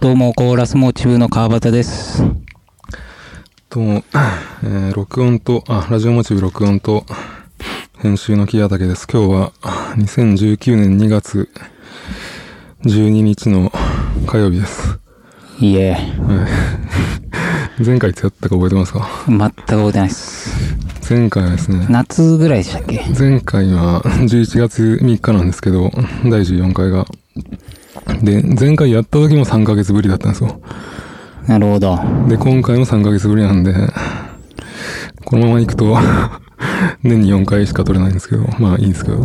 どうも、コーラスモーチブの川端です。と、えー録音と、あ、ラジオモチブ録音と、編集の木屋岳です。今日は、2019年2月12日の火曜日です。いえ、前回いつ やったか覚えてますか全く覚えてないです。前回はですね、夏ぐらいでしたっけ前回は11月3日なんですけど、第14回が。で、前回やった時も3ヶ月ぶりだったんですよ。なるほど。で、今回も3ヶ月ぶりなんで、このまま行くと、 年に4回しか取れないんですけど、まあいいんですけど。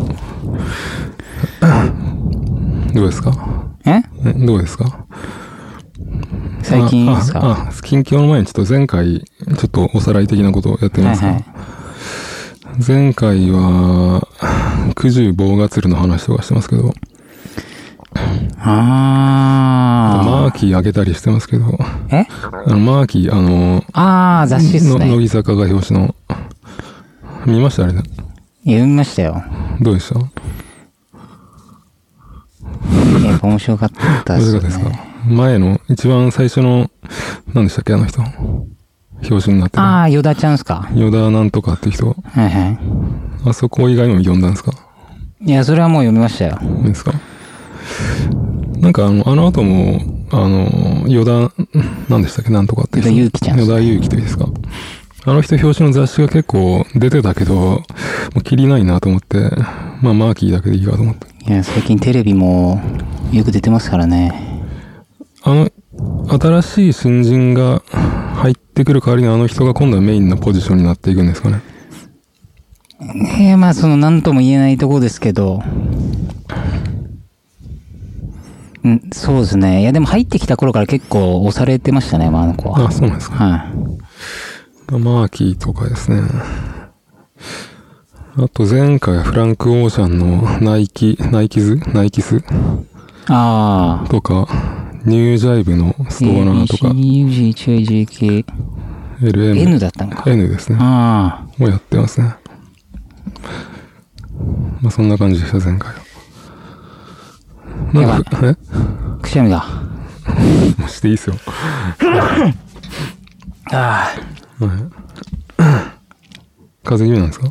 どうですかええどうですか最近あですかあ、あ近況の前にちょっと前回、ちょっとおさらい的なことをやってみはいますか、はい。前回は、九十棒がつるの話とかしてますけど、マあーキーあげたりしてますけど、ー。えあの、マーキー、あの、あー、雑誌っすの乃ね。木坂が表紙の、見ましたあれね。読みましたよ。どうでしたやっぱ面白かったでどすれね。がですか前の、一番最初の、何でしたっけあの人。表紙になってああ、ヨダちゃんっすかる。ヨダなんとかって人。はいはあそこ以外も読んだんですかい。いや、それはもう読みましたよ。いいですかなんかあの、あの後も、あの、ヨダ、何でしたっけなんとかって人。ヨダユウキちゃんヨダユウキといいですか。あの人表紙の雑誌が結構出てたけど、もう切りないなと思って、まあマーキーだけでいいかと思って。いや、最近テレビもよく出てますからね。あの、新しい新人が入ってくる代わりにあの人が今度はメインのポジションになっていくんですかね。えー、まあその何とも言えないとこですけど、うん、そうですね。いやでも入ってきた頃から結構押されてましたね、まああの子は。あ、そうなんですか。はい。マーキーとかですね。あと前回はフランク・オーシャンのナイキ、ナイキズナイキスああ。とか、ニュージャイブのストアナーとか、 CUGHIJK、N LM、だったのか。 N ですね。ああ。をやってますね。まあそんな感じでした、前回は。なんか、えくしゃみだ。もうしていいですよ。ああ。 風邪気味なんですか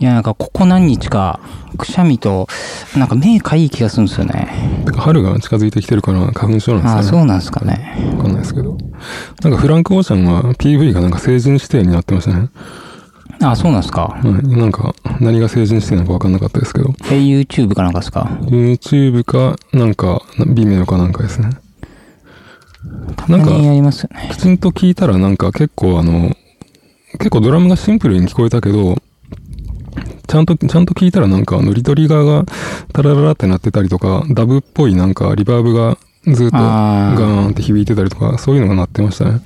いや、なんかここ何日か、くしゃみと、なんか目かゆい気がするんですよね。てか春が近づいてきてるから花粉症あなんあ、ですそかね。うなんですかね。わかんないですけど。なんかフランク・オーシャンは PV がなんか成人指定になってましたね。ああ、そうなんですか。はい。なんか何が成人指定なのかわかんなかったですけど。え、YouTube かなんかですか YouTube か、なんか、微妙かなんかですね。たなまんにやか、りますよね。きちんと聞いたらなんか結構あの、結構ドラムがシンプルに聞こえたけど、ちゃんと、ちゃんと聞いたらなんかあの、リトリガーがタラララってなってたりとか、ダブっぽいなんかリバーブがずっとあーガーンって響いてたりとか、そういうのが鳴ってましたね。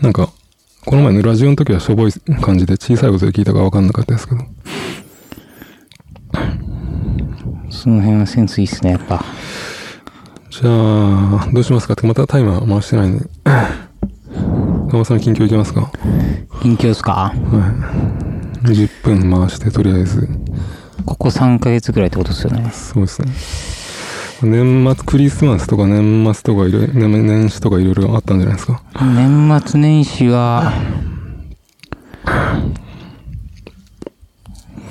なんか、この前のラジオの時はしょぼい感じで小さいことで聞いたかわかんなかったですけど。その辺はセンスいいっすね、やっぱ。じゃあ、どうしますかって、またタイマー回してないんで。 川端さん近況いきますか近況っすかはい。10分回して、とりあえず。ここ3ヶ月ぐらいってことっすよね。そうですね。年末、クリスマスとか年末とかいろいろ、年年始とかいろいろあったんじゃないですか。年末年始は、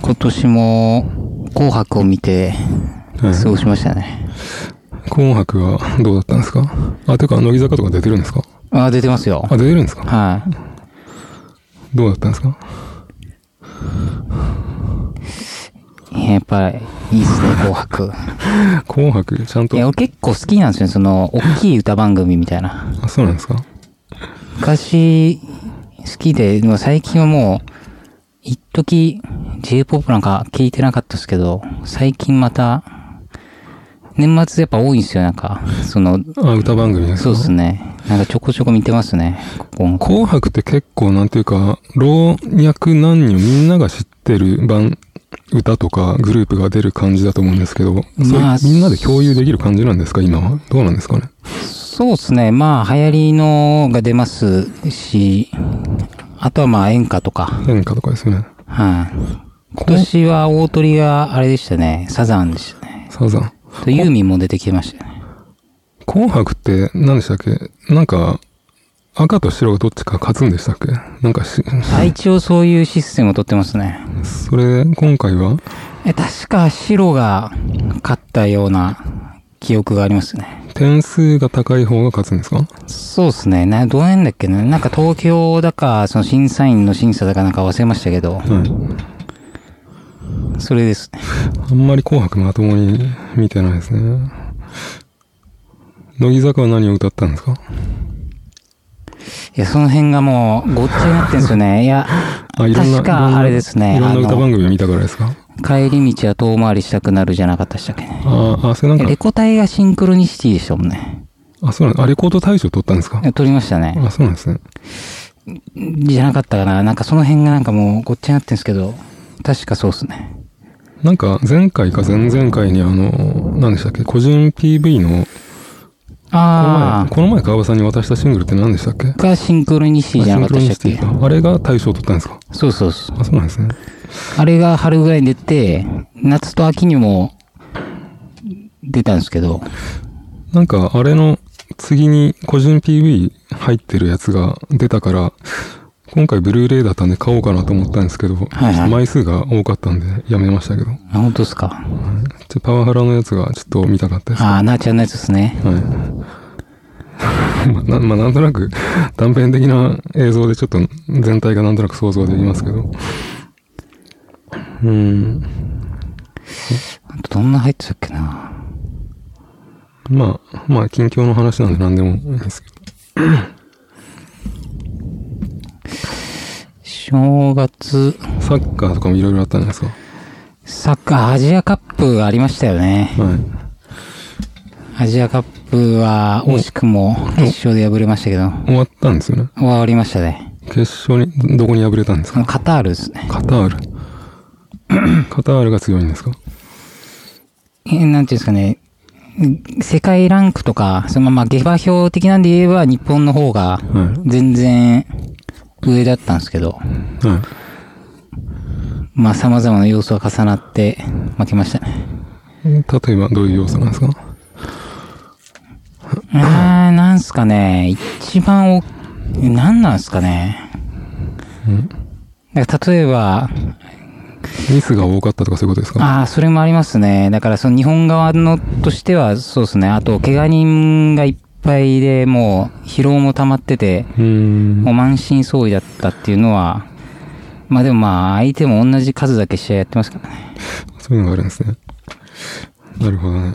今年も紅白を見てはい過ごしましたね。紅白はどうだったんですかあ、てか、乃木坂とか出てるんですかあ、出てますよ。あ、出てるんですかはい。どうだったんですかやっぱ、いいっすね、紅白。紅白、ちゃんいとや、、俺結構好きなんですよね、その、大きい歌番組みたいな。あ、そうなんですか昔、好きで、でも最近はもう、一時 J-POP なんか聞いてなかったですけど、最近また、年末やっぱ多いんですよ、なんか。その、あ、歌番組ですそかうですね。なんかちょこちょこ見てますね、ここ紅白って結構なんていうか、老若男女みんなが知ってる番、歌とかグループが出る感じだと思うんですけど、そうまあみんなで共有できる感じなんですか今は。どうなんですかねそうですね。まあ、流行りのが出ますし、あとはまあ、演歌とか。演歌とかですよね。はい。今年は大鳥があれでしたね。サザンでしたね。サザン。とユーミンも出てきましたね。紅白って何でしたっけなんか、赤と白がどっちか勝つんでしたっけなんかし、あ、一応そういうシステムを取ってますね。それ、今回はえ、確か白が勝ったような記憶がありますね。点数が高い方が勝つんですかそうですね。な、どうなんだっけね。なんか東京だか、その審査員の審査だかなんか忘れましたけど、はい。それですね。あんまり紅白まともに見てないですね。乃木坂は何を歌ったんですかいや、その辺がもう、ごっちゃになってんですよね。いや、あ、いろんな、確かいろんなあれですねいろんなあ歌の番組を見たからですか帰り道は遠回りしたくなるじゃなかったでしたっけね。ああ、それなんレか、コ大がシンクロニシティでしたもんね。あ、そうなんあ、レコード大賞取ったんですか撮りましたね。あ、そうなんですね。じゃなかったかな。なんかその辺がなんかもうごっちゃになってんですけど、確かそうっすね。なんか、前回か前々回にあの、何でしたっけ個人 PV の、このあ前、この前川端さんに渡したシングルって何でしたっけあ、がシンクロニシティじゃなかったでしたっあシンクロニシテけィかあれが大賞取ったんですかそうそうそう。あ、そうなんですね。あれが春ぐらいに出て、夏と秋にも出たんですけど、なんか、あれの次に個人 PV 入ってるやつが出たから、今回ブルーレイだったんで買おうかなと思ったんですけど、はいはい枚数が多かったんでやめましたけど、はいあ本当ですか。ちょパワハラのやつがちょっと見たかったです。はああ、なあちゃんのやつですね。い。まあ、なまあ、なんとなく断片的な映像でちょっと全体がなんとなく想像できますけど。うん。あとどんな入ってたっけな。まあ、まあ、近況の話なんで何でもいいですけど。正月、サッカーとかもいろいろあったんじゃないですか。サッカー、アジアカップがありましたよね。はい。アジアカップは惜しくも決勝で敗れましたけど、終わったんですよね。終わりましたね。決勝に、どどこに敗れたんですあかのカタールですね。カタール。 カタールが強いんですかえなんていうんですかね、世界ランクとか、そのまあ下馬評的なんで言えば日本の方がは全然上だったんですけど、い。はまあ様々な要素が重なって負けましたね。い。例えばどういう要素なんですかあー、なんすかね、一番お、なんなんすかね。だから例えば、ミスが多かったとかそういうことですかああ、それもありますね。だからその日本側のとしてはそうですね。あと、怪我人がいっぱいで、もう疲労も溜まってて、うーん。もうは満身創痍だったっていうのは、まあでもまあ相手も同じ数だけ試合やってますからね。そういうのがあるんですね。なるほどね。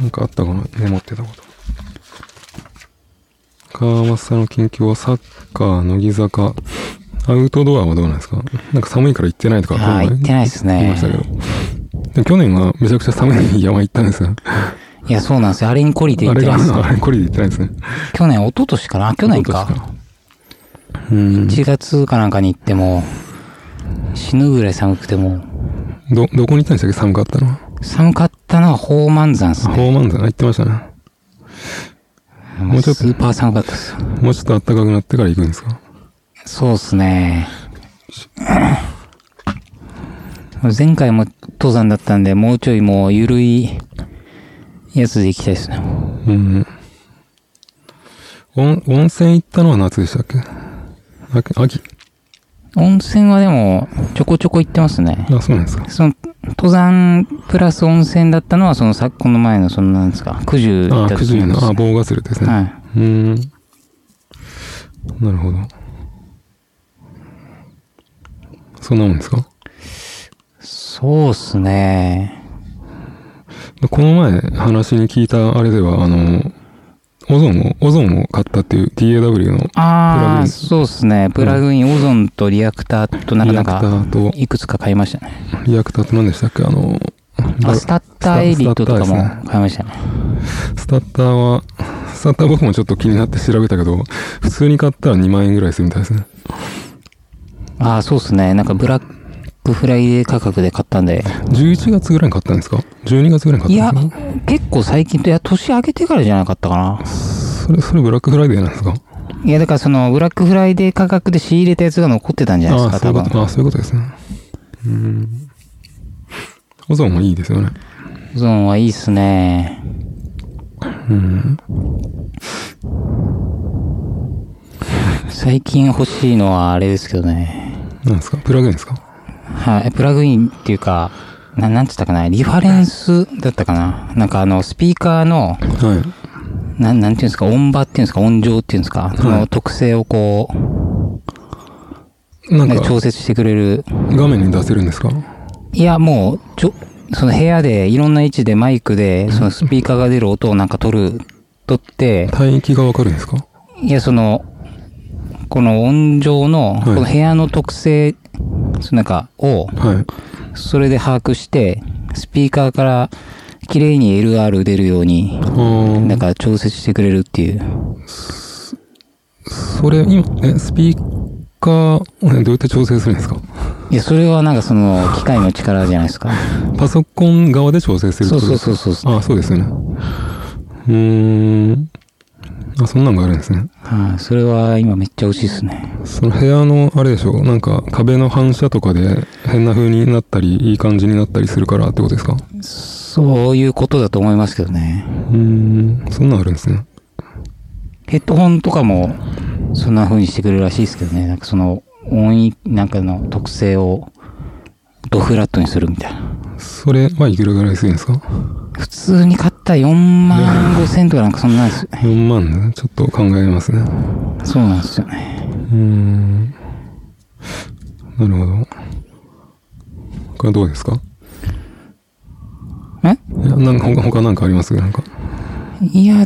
なんかあったかなメモってたこと。川松さんの近況はサッカー、乃木坂、アウトドアはどうなんですかなんか寒いから行ってないとか、ああ、この前行ってないです言いましたけね。ど。でも去年はめちゃくちゃ寒い山行ったんですよ。いや、そうなんですよ。あれに懲りて行っあれてが、ます。あれ、これで言ってないですね。去年、一昨年かなあ去年か。。うん。 1月かなんかに行っても、死ぬぐらい寒くても、ど、どこに行ったんでしたっけ寒かったのは。寒かったのは宝満山ですあ、ね。宝満山行ってましたね。もうちょっとスーパー寒かったです。もうちょっと暖かくなってから行くんですかそうですね。 前回も登山だったんで、もうちょいもう緩いやつで行きたいですね。うん。温、温泉行ったのは夏でしたっけ秋秋温泉はでも、ちょこちょこ行ってますね。あ、そうなんですか。その、登山プラス温泉だったのは、そのさ、この前の、その、なんですか、九十行っあ、た九時十なんでの、すあ、棒ガスルですね。はい。うん。なるほど。そんなもんですかそうっすね。この前話に聞いたあれでは、あの、オゾンを、オゾンを買ったっていう TAW のプラグあイあ、ンそうっすね。プラグイン、オゾンとリアクターとなかリアなクタか、ーと、いくつか買いましたね。リアクターと何でしたっけあの、あ、だスタッターエリートとかスタもッターですね買いましたね。スタッターは、スタッター僕もちょっと気になって調べたけど、普通に買ったら2万円ぐらいするみたいですね。ああ、そうっすね。なんかブラックフライデー価格で買ったんで。 11月ぐらいに買ったんですか ?12 月ぐらいいに買っやたんですか、結構最近と、いや、年明けてからじゃなかったかな。それ、それブラックフライデーなんですかいや、だからその、ブラックフライデー価格で仕入れたやつが残ってたんじゃないあですあ、そか、う多いうこ分。と、あそういうことですね。うん。オゾンもいいですよね。ゾーンはいいっすね。うん。最近欲しいのはあれですけどね。なんですかプラグインですかはい、プラグインっていうか、ななんつったかな、リファレンスだったかな。なんかあの、スピーカーの、はい。なん、なんていうんですか、音場っていうんですか、音場っていうんですか、その特性をこなう、んなんかか、調節してくれる。画面に出せるんですかいや、もう、ちょ、その部屋で、いろんな位置でマイクで、そのスピーカーが出る音をなんか取る、取って、帯域がわかるんですかいや、その、この音上の、いこの部屋の特性、そのなんか、を、はい。それで把握して、スピーカーから、綺麗に LR 出るように、あーなんか調節してくれるっていう。それ、今、え、スピーカー、えどうやって調整するんですかいや、それはなんかその、機械の力じゃないですか。パソコン側で調整するってそうことそうですそうそう。あ、そうですよね。うーん。あ、そんなんがあるんですね。はい、それは今めっちゃ欲しいですね。その部屋の、あれでしょう、なんか壁の反射とかで変な風になったり、いい感じになったりするからってことですかうそういうことだと思いますけどね。ーん。そんなんあるんですね。ヘッドホンとかも、そんな風にしてくれるらしいですけどね。なんかその、音域なんかの特性を、ドフラットにするみたいな。それはいくらぐらいするんですか普通に買ったら4万5千とかなんかそんなんですよ ?4 万ね。ちょっと考えますね。そうなんですよね。うーん。なるほど。これどうですかえいや、なんか他、他なんかありますなんか。いや、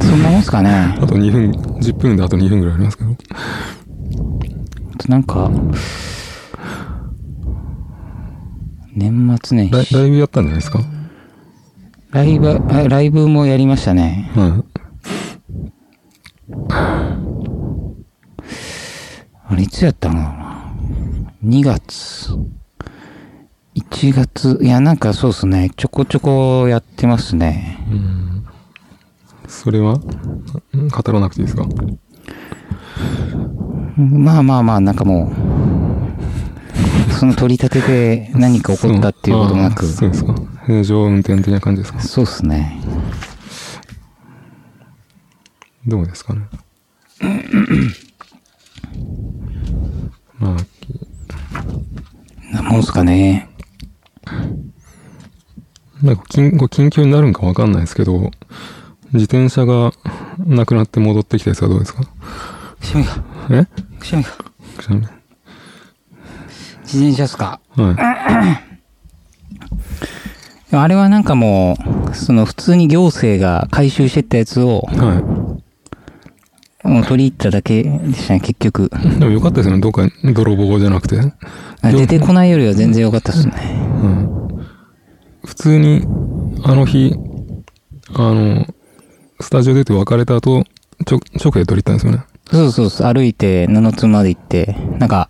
そんなもんすかね。あと2分、10分であと2分ぐらいありますけど。あとなんか、年末年ライ始。ライブやったんじゃないですかライブ、あライブもやりましたね。はあれ、いつやったのかな ?2 月。1月。いや、なんかそうっすね。ちょこちょこやってますね。い。うん。それはん語らなくていいですかまあまあまあ、なんかもう、その取り立てで何か起こったっていうこともなく、そあーそうですか。平常運転的な感じですかそうっすね。どうですかね。まあ、なもんすかね。なんか緊、こう緊急になるんかわかんないですけど、自転車がなくなって戻ってきたやつはどうですかくしゃみか。えくしゃみか。くしゃみ。自転車っすか。はい。あれはなんかもう、その普通に行政が回収してったやつを、はもう取り入っただけでしたね、結局。い。でもよかったですよね。どっか泥棒じゃなくて。あ出てこないよりは全然良かったっすね。うん。普通に、あの日、あの、スタジオ出て別れた後、ちょ、直で撮り行ったんですよね。そうそうそう、歩いて、七つまで行って、なんか、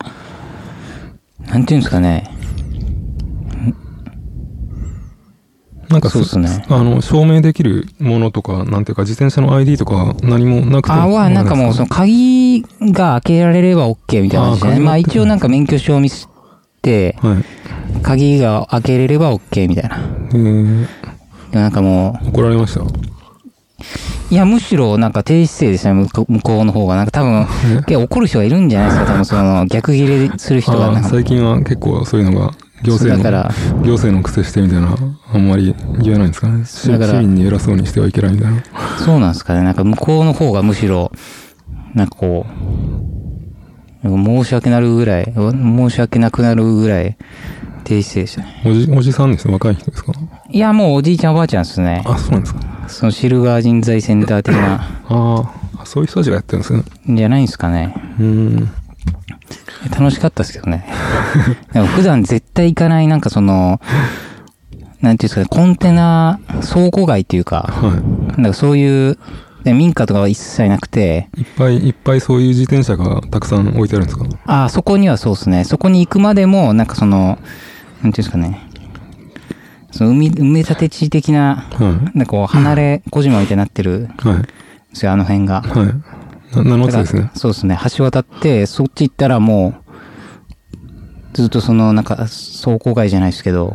なんていうんですかね。なんかそうっすねあの、証明できるものとか、なんていうか、自転車の ID とか何もなくても。あは、なんかもう、その、鍵が開けられれば OK みたいな感じで、あー鍵持ってね、るまあ一応なんか免許証を見せて、はい。鍵が開けれれば OK みたいな。えー、でもなんかも怒られました。う、いや、むしろなんか低姿勢でしたね、向こう向こうの方が。なんか多分、いや怒る人がいるんじゃないですか、多分その、逆ギレする人が。あなーんか最近は結構そういうのが、行政そうだかの、ら、行政の癖してみたいな、あんまり言えないんですかね。市だから市民に偉そうにしてはいけないみたいな。そうなんですかね。なんか向こうの方がむしろ、なんかこう、なんか申し訳なるぐらい、申し訳なくなるぐらい、低姿勢でしたね。おじ、おじさんですね。若い人ですかいや、もうおじいちゃんおばあちゃんですね。あ、そうなんですか。そのシルバー人材センター的な、あーあ、そういう人たちがやってるんですね。じゃないんですかね。うーん。楽しかったですけど ね。なんか普段絶対行かない、なんかその、なんていうんですかね、コンテナ倉庫街っていうか、はなんかそういう、で民家とかは一切なくて、い。いっぱいいっぱいそういう自転車がたくさん置いてあるんですかああ、そこにはそうですね。そこに行くまでも、なんかその、なんていうんですかね。その埋め埋め立て地的な、はなんかこう、離れ小島みたいになってるんでい。はい。すよ、あの辺が。はい。な、なのつですだねか。らそうですね。橋渡って、そっち行ったらもう、ずっとその、なんか、倉庫街じゃないですけど、は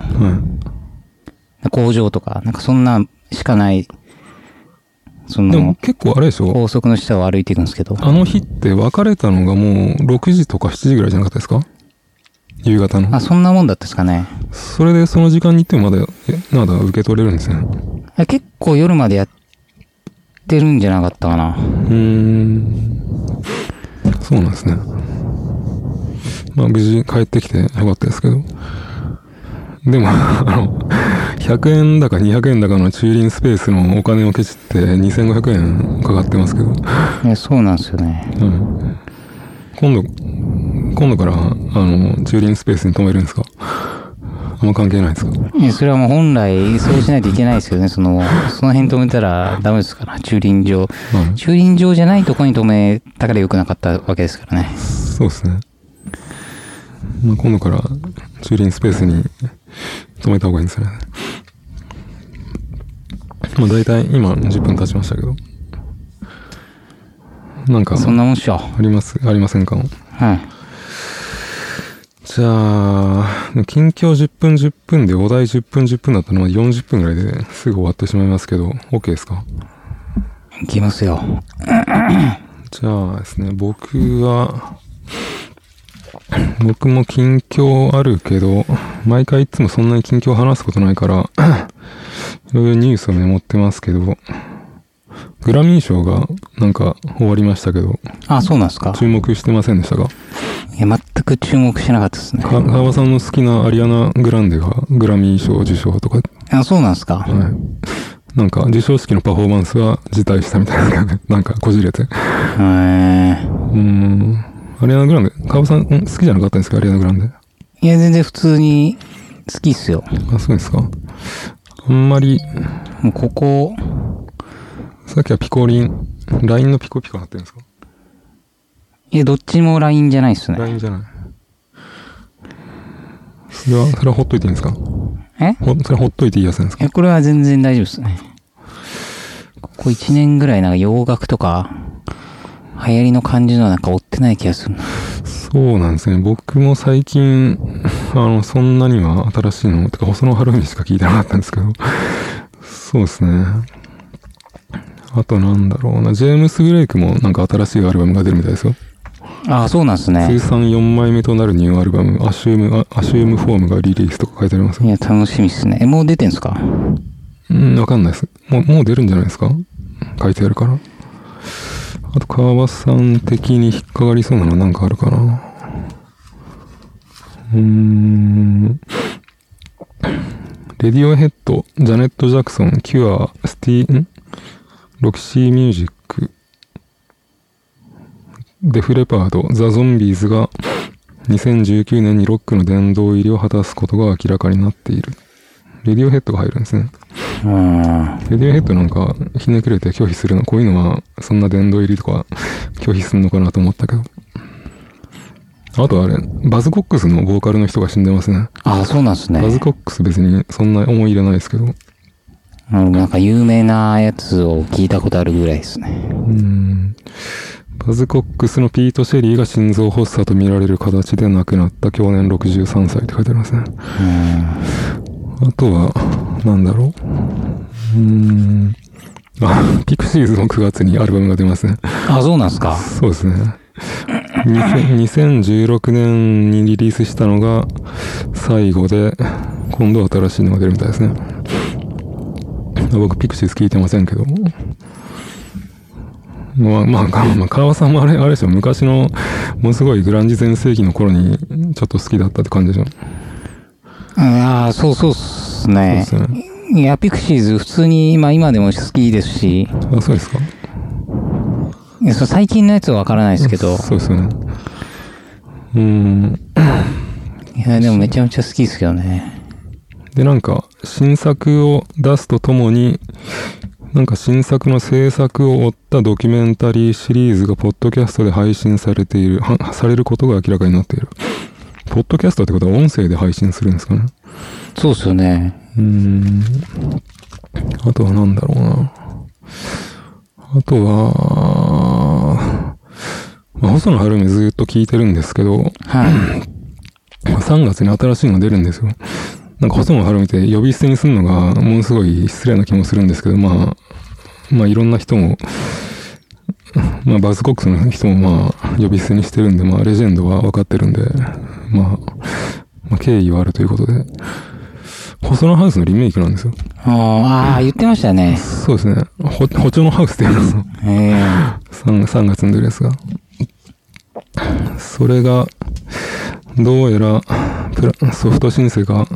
い。工場とか、なんかそんなんしかないそでもの、結構あれでしょ高速の下を歩いていくんですけど。あの日って別れたのがもう6時とか7時ぐらいじゃなかったですか夕方のあ、。そんなもんだったですかね。それでその時間に行ってもまだ、えまだ受け取れるんですね。あ結構夜までやってるんじゃなかったかな。うーん。そうなんですね。まあ無事帰ってきてよかったですけど。でも、あの、100円だか200円だかの駐輪スペースのお金をケチって2500円かかってますけど。いや、そうなんですよね。うん今度、今度から、あの、駐輪スペースに止めるんですかあんま関係ないですかいやそれはもう本来、そうしないといけないですけどね。その、その辺止めたらダメですから、駐輪場。まあね駐輪場じゃないとこに止めたから良くなかったわけですからね。そうですね。まあ、今度から駐輪スペースに止めた方がいいんですよね。まあ、大体今10分経ちましたけど。なんか、そんなもんっしょ。あります、ありませんかはい。じゃあ、近況10分10分でお題10分10分だったのは40分ぐらいですぐ終わってしまいますけど、OK ですかいきますよ。じゃあですね、僕は、僕も近況あるけど、毎回いつもそんなに近況話すことないから、いろいろニュースをメモってますけど、グラミー賞がなんか終わりましたけど、あ、そうなんですか。注目してませんでしたかいや、全く注目しなかったですね。か川場さんの好きなアリアナ・グランデがグラミー賞受賞とか、あ、そうなんですか。はい。なんか受賞式のパフォーマンスは辞退したみたいな、なんかこじれて。へーうーん。アリアナ・グランデ、川場さんん好きじゃなかったんですかアリアナ・グランデ。いや、全然普通に好きっすよ。あ、そうですか。あんまり、もうここ、さっきはピコリン、LINE のピコピコなってるんですかいや、どっちも LINE じゃないっすね。 ?LINE じゃない。それは、それはほっといていいんですかえほ、それはほっといていいやつなんですいかや、これは全然大丈夫ですね。ここ1年ぐらいなんか洋楽とか、流行りの感じのなんか追ってない気がするな。そうなんですね。僕も最近、あの、そんなには新しいの、てか細野晴臣しか聞いてなかったんですけど、そうですね。あとなんだろうな、ジェームス・グレイクもなんか新しいアルバムが出るみたいですよ。あ、そうなんです通ね。算4枚目となるニューアルバム、アシューム、アシュームフォームがリリースとか書いてありますよいや、楽しみっすね。え、もう出てんすかうん、わかんないです。もう、もう出るんじゃないですか書いてあるから。あと、川場さん的に引っかかりそうなのなんかあるかなうーん。レディオヘッド、ジャネット・ジャクソン、キュア、スティー、んロキシー・ミュージック、デフレパード、ザ・ゾンビーズが2019年にロックの殿堂入りを果たすことが明らかになっている。レディオヘッドが入るんですね。うーん。レディオヘッドなんか、ひねくれて拒否するの、こういうのは、そんな殿堂入りとか、 拒否するのかなと思ったけど。あとあれ、バズコックスのボーカルの人が死んでますね。あ、そうなんですねバ。ズコックス別にそんな思い入れないですけど。ううん、なんか有名なやつを聞いたことあるぐらいですね。ーん。バズコックスのピート・シェリーが心臓発作と見られる形で亡くなった去年63歳って書いてありますね。うん。あとは、なんだろう。うーん。あ、ピクシーズも9月にアルバムが出ますね。あ、そうなんですか。そうですね。2000 2016年にリリースしたのが最後で、今度は新しいのが出るみたいですね。僕、ピクシーズ聞いてませんけど。まあ、まあ、かまあ、川さんもあれ、あれでしょ、昔の、ものすごいグランジ全盛期の頃に、ちょっと好きだったって感じでうしょ。んああ、そうそうっすね。そうですね。いや、ピクシーズ普通に、まあ今でも好きですし、あ、そうですか。いやそう最近のやつはわからないですけど、そうですよね。うーん。いや、でもめちゃめちゃ好きですけどね。で、なんか、新作を出すとともに、なんか新作の制作を追ったドキュメンタリーシリーズが、ポッドキャストで配信されている、はされることが明らかになっている。ポッドキャストってことは音声で配信するんですかね。そうっすよね。うーん。あとはなんだろうな。あとは、まあ、細野晴臣ずっと聞いてるんですけど、 はい。 3月に新しいのが出るんですよ。なんか細野晴臣って呼び捨てにするのがものすごい失礼な気もするんですけど、まあ、まあいろんな人も、まあバズコックスの人もまあ呼び捨てにしてるんで、まあレジェンドは分かってるんで、まあ、まあ敬意はあるということで、細野ハウスのリメイクなんですよ。ああ、言ってました ね。そうですね。ほ、補聴のハウスっていうの。ええ 3, 3月の時ですが。それが、どうやら、プラソフト申請か、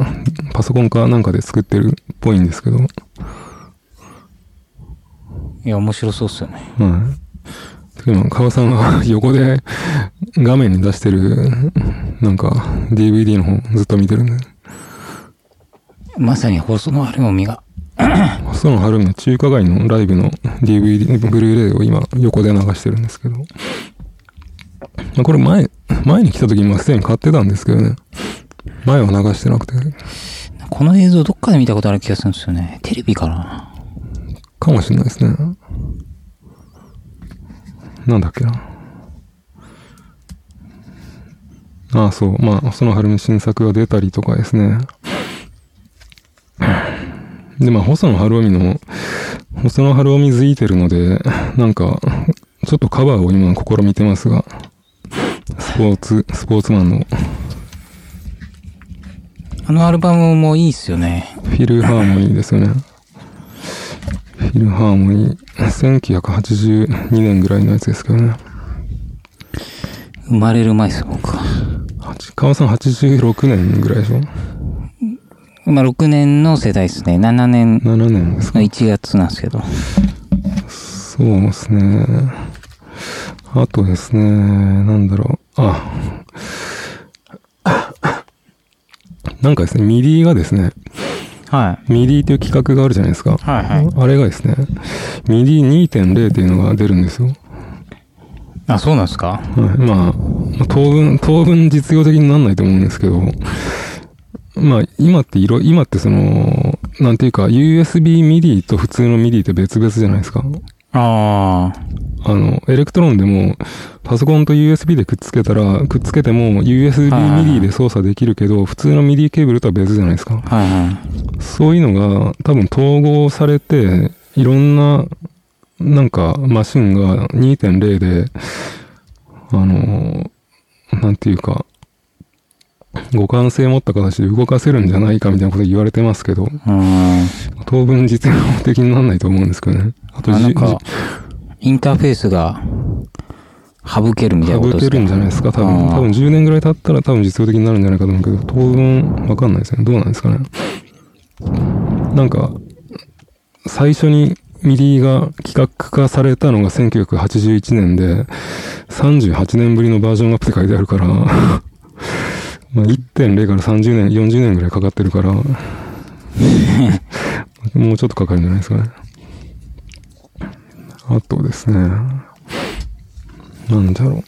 パソコンかなんかで作ってるっぽいんですけど、はい。いや、面白そうっすよね。でも、川さんは横で画面に出してる、なんか、DVD の方ずっと見てるんで。まさに放送のあれも身が。細野晴臣の中華街のライブの DVD、ブルーレイを今横で流してるんですけど。まあ、これ前、前に来た時にまあすでに買ってたんですけどね。前は流してなくて。この映像どっかで見たことある気がするんですよね。テレビかな。かもしれないですね。なんだっけな。ああ、そう。まあ、細野晴臣新作が出たりとかですね。で、まあ、細野晴臣の、細野晴臣付いてるので、なんか、ちょっとカバーを今試みてますが、スポーツ、スポーツマンのあのアルバムもいいっすよね。フィルハーモニーですよね。フィルハーモニー、1982年ぐらいのやつですけどね。生まれる前っす、僕は。八川さん86年ぐらいでしょまあ、6年の世代っすね。7年 ?7 年ですかの1月なんですけど。そうですね。あとですね、なんだろう。あ。 なんかですね、ミディがですね、はミディという企画があるじゃないですか。い。はいはい。あれがですね、ミディ2.0っていうのが出るんですよ。あ、そうなんですかはい、まあ、まあ当分、当分実用的になんないと思うんですけど、まあ、今っていろ、今ってその、なんていうか、USB MIDI と普通の MIDI って別々じゃないですか。ああの、エレクトロンでも、パソコンと USB でくっつけたら、くっつけても USB はいはいはい MIDI で操作できるけど、普通の MIDI ケーブルとは別じゃないですか。あ。はいはい。そういうのが多分統合されて、いろんな、なんかマシンが2.0で、あの、なんていうか、互換性持った形で動かせるんじゃないかみたいなこと言われてますけど、うーん。当分実用的にならないと思うんですけどね。あとあなんじ、か、インターフェースが省けるみたいなこ省とでけすかるんじゃないですか、多分。あー多分10年ぐらい経ったら多分実用的になるんじゃないかと思うけど、当分わかんないですよね。どうなんですかね。なんか、最初にミリーが企画化されたのが1981年で、38年ぶりのバージョンアップって書いてあるから、 まあ1.0から30年、40年ぐらいかかってるから、 もうちょっとかかるんじゃないですかね。あとですね、なんだろう。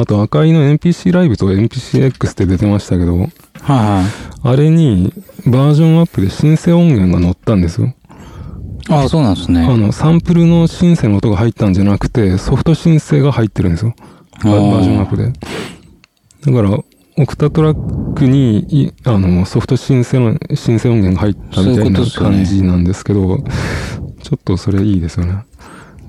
あと、赤いの NPC ライブと NPCX って出てましたけど、はいはい。あれにバージョンアップでシンセ音源が載ったんですよ。ああ、そうなんですあね。の、サンプルのシンセの音が入ったんじゃなくて、ソフトシンセが入ってるんですよ。バあーバージョンアップで。だから、オクタトラックに、いあの、ソフトシンセの、シンセ音源が入ったみたそういいうことなですよね感じなんですけど、ちょっとそれいいですよね。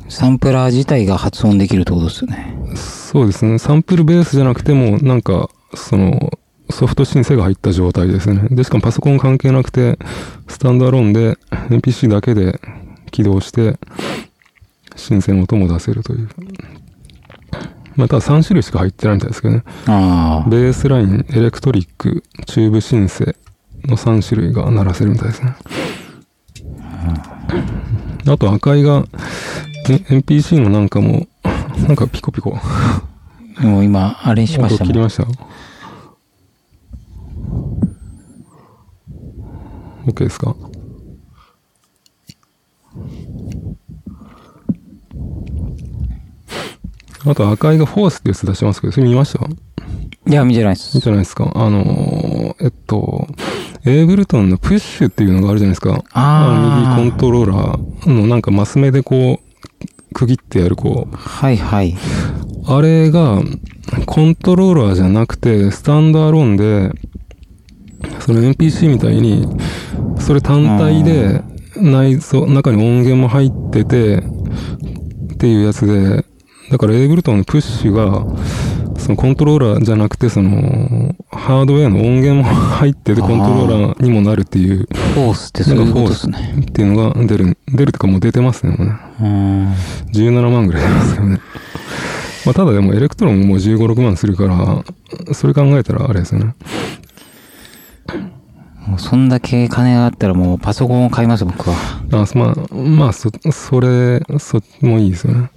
サンプラー自体が発音できるってことですよね。そうですね。サンプルベースじゃなくても、なんか、その、ソフトシンセが入った状態ですね。で、しかもパソコン関係なくて、スタンドアローンで NPC だけで起動して、シンセの音も出せるという。まあ、ただ3種類しか入ってないみたいですけどね。あベースライン、エレクトリック、チューブシンセの3種類が鳴らせるみたいですね。あと赤いが、ね NPC のなんかも、なんかピコピコ。あ。もう今、あれしました音切りもん。ました OK ですかあと赤いがフォースってやつ出してますけど、それ見ましたいや、見てないっす見。てないですかあのーえっと、エーブルトンのプッシュっていうのがあるじゃないですか。あーの右コントローラーのなんかマス目でこう、区切ってやるこう、はいはい。あれが、コントローラーじゃなくて、スタンドアローンで、その NPC みたいに、それ単体で、内蔵、中に音源も入ってて、っていうやつで、だからエイブルトンのプッシュが、そのコントローラーじゃなくて、その、ハードウェアの音源も入ってて、あーコントローラーにもなるっていう、フォースってそういうことですね。っていうのが出る、出るとかもう出てますね、もうね。うーん。 17万ぐらい出ますよね。まあ、ただでもエレクトロンも15、6万するから、それ考えたらあれですよね。もうそんだけ金があったらもうパソコンを買います、僕は。あ、そまあ、まあ、そ、それ、そっちもいいですよね。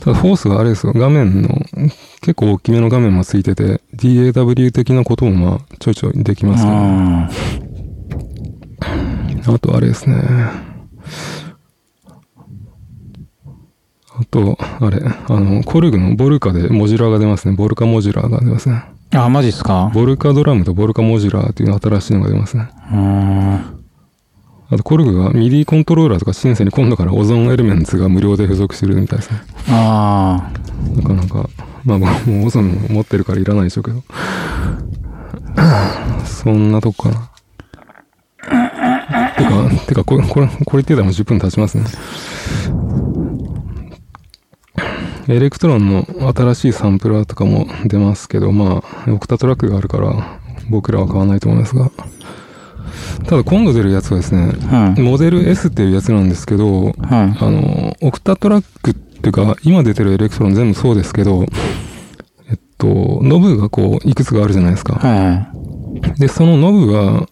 ただ、フォースがあれですよ、画面の、結構大きめの画面もついてて、DAW 的なこともまあ、ちょいちょいできうますよね。ん。あと、あれですね。あと、あれ、あの、コルグのボルカでモジュラーが出ますね。ボルカモジュラーが出ますね。あ、マジっすかボルカドラムとボルカモジュラーっていう新しいのが出ますね。うーん。あと、コルグがミディコントローラーとかシンセに今度からオゾンエレメンツが無料で付属してるみたいですね。あなかなか、まあ僕もオゾン持ってるからいらないでしょうけど。そんなとこかな。てか、てかこれ、これ、これ言ってたらもう10分経ちますね。エレクトロンの新しいサンプラーとかも出ますけど、まあ、オクタトラックがあるから、僕らは買わないと思いますが。ただ今度出るやつはですね、あ。うん。モデル S っていうやつなんですけど、はい。あの、オクタトラックっていうか、今出てるエレクトロン全部そうですけど、えっと、ノブがこう、いくつかあるじゃないですか。はいはい。で、そのノブが、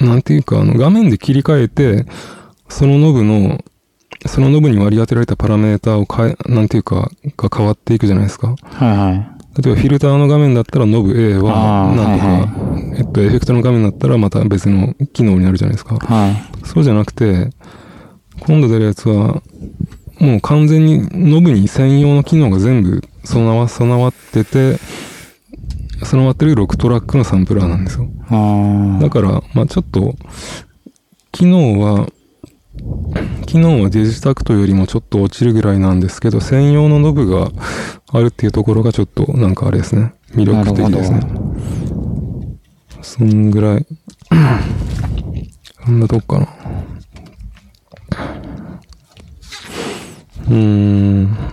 なんていうか、あの、画面で切り替えて、そのノブの、そのノブに割り当てられたパラメーターを変え、なんていうか、が変わっていくじゃないですか。はいはい。例えばフィルターの画面だったらノブ A あは、ーなんとか、えっと、エフェクトの画面だったらまた別の機能になるじゃないですか。はそうじゃなくて、今度出るやつは、もう完全にノブに専用の機能が全部備わ、備わってて、備わってる6トラックのサンプラーなんですよ。い。あだから、まあちょっと、機能は、機能はデジタクトよりもちょっと落ちるぐらいなんですけど、専用のノブがあるっていうところがちょっとなんかあれですね。魅力的ですなねる。そんぐらい。そんなとこかな。うーん。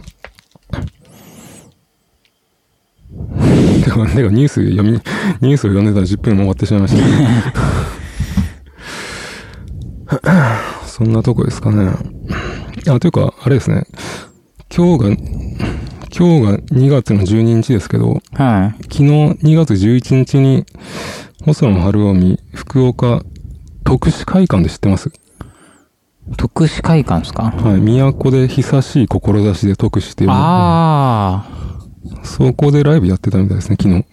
てか、てかニュース読み、ニュースを読んでたら10分も終わってしまいました。そんなとこですかね。あ、というか、あれですね。今日が、今日が2月の12日ですけど、あ。はい。昨日2月11日に、細野晴臣、福岡、特殊会館で知ってます特殊会館ですかはい。都で久しい志で特殊っていう。あそこでライブやってたみたいですね、昨日。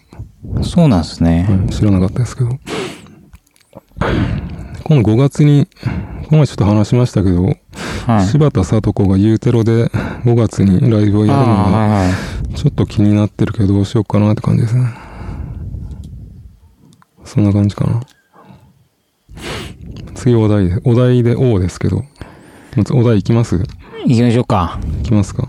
あ。そうなんですね。はい知らなかったですけど。今度5月に、この前ちょっと話しましたけど、はい。柴田聡子がユーテロで5月にライブをやるのあが、あはいはい。ちょっと気になってるけどどうしようかなって感じですね。そんな感じかな。次お題で、お題で O ですけど、まずお題いきます行きましょうか。いきますか